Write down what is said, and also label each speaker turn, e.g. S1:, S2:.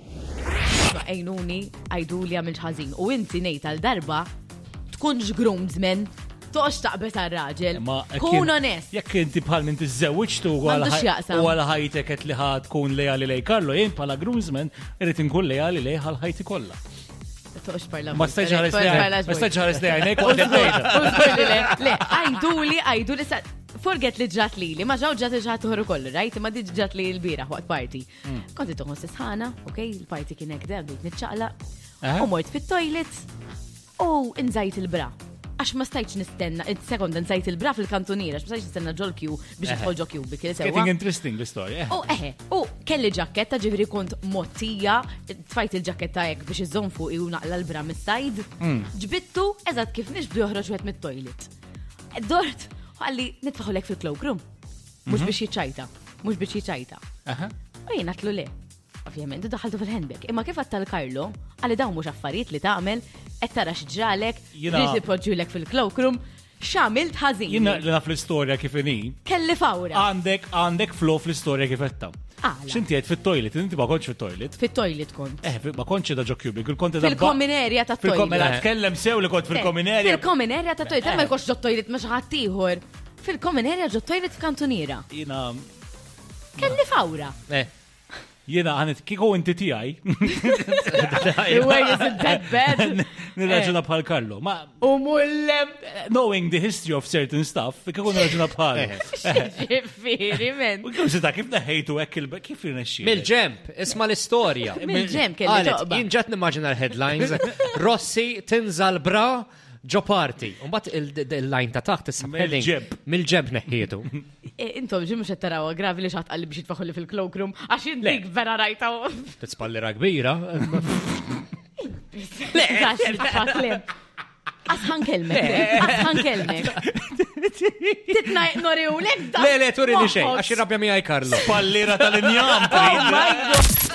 S1: Iva, għajnuni għajdu li għamil ħażin. U inti ngħid għal darba tkunx groomsmen, toqx taqbet għal raġel. Kun onest.
S2: Jekk inti bħal minn tiżewwiċtu u
S1: M'għandux jaqsam.
S2: għal ħajtek qed li ħad tkun lejali lej Karlo, jien bħala groomsman irid inkun lejali lej għal ħajti kollha.
S1: Toqx parla.
S2: Ma stajġ ħares li għajnek, ma stajġ ħares li għajnek u għadetejna.
S1: Le, għajdu li għajdu li sa. Forget li ġat li li, ma ġaw ġat ġat uħru kollu, rajt, ma diġ ġat li l-bira għat party. Konti tuħu sisħana, ok, l-party kienek da, bdejt nitċaqla,
S2: Aha.
S1: u mort fit-toilet, u nżajt il-bra. Għax ma stajċ nistenna, il-sekonda nżajt il-bra fil-kantonier, għax ma stajċ nistenna ġol-kju biex
S2: Eħe.
S1: nħol ġol-kju bikil sewa. Oh.
S2: Getting interesting l-istorja. eh.
S1: U eħe, u kelli ġaketta ġivri kont mottija, tfajt il-ġaketta jek biex iżżon fuq u naqla l-bra mis-sajd,
S2: Mm.
S1: ġbittu, eżat kif nix bdu joħroġ għet mit-toilet. Dort, u għalli nitfaħolek fil-klowkrum,
S2: Mhm.
S1: mux biex jiċajta, mux biex jiċajta.
S2: Aha.
S1: U jien għatlu le. Ovvijament, daħaltu fil-handbag. Imma kif għattal Karlo, għalli dawn mux affarijiet li tagħmel, qed tara xġralek,
S2: Jina-
S1: li poġġulek fil-klowkrum, xamil tħażin.
S2: Jina Ah. li naf l-istorja kif inhi,
S1: Kelli fawra.
S2: għandek għandek flow fl-istorja kif qed tam.
S1: Għala.
S2: X'inti qed fit-toilet, inti ma kontx fit-toilet.
S1: Fit-toilet kont.
S2: Eh, fi- ma kontx da ġo cubicle, kont da
S1: Fil-common area ta'
S2: Fil-kom, mela
S1: toilet.
S2: tkellem sew li kont fil-common area.
S1: Fil-common area ta' toilet,
S2: Eh.
S1: ma jkox ġottojlit ma xaħatiħor. Fil-common area ġottojlit f'kantuniera.
S2: Jina,
S1: Kelli fawra.
S2: eh, jina għanet kiko inti tijaj.
S1: The word isn't that bad.
S2: Nirraġuna bħal Karlo. Ma,
S1: U mullem.
S2: knowing the history of certain stuff, kiko nirraġuna bħal.
S1: Ġifiri, men.
S2: U kif sita, kif neħejtu ekk il kif jirnexxi?
S3: Mil-ġemp, isma l-istorja.
S1: Mil-ġemp kelli
S3: Għalet,
S1: toqba.
S3: jien ġat nimmaġina l-headlines. Rossi tinżal bra ġo party. Umbat il-line ta' taħt issa heading,
S2: Mil-ġemp.
S3: Mil-ġemp neħietu.
S1: Eh, Intom ġimmu xa taraw gravi li xaħt qalli biex jitfaħulli fil-cloakroom, għax jindik vera rajta u.
S3: Titspallira kbira.
S1: Għax jitfaħlem. Asħan kelmek, asħan kelmek. Titna nori u lek da.
S3: Le, le, turi li xej,
S1: moħħok.
S3: għax irrabja mi Karlo.
S2: Pallira tal-injam.
S1: Oh my god.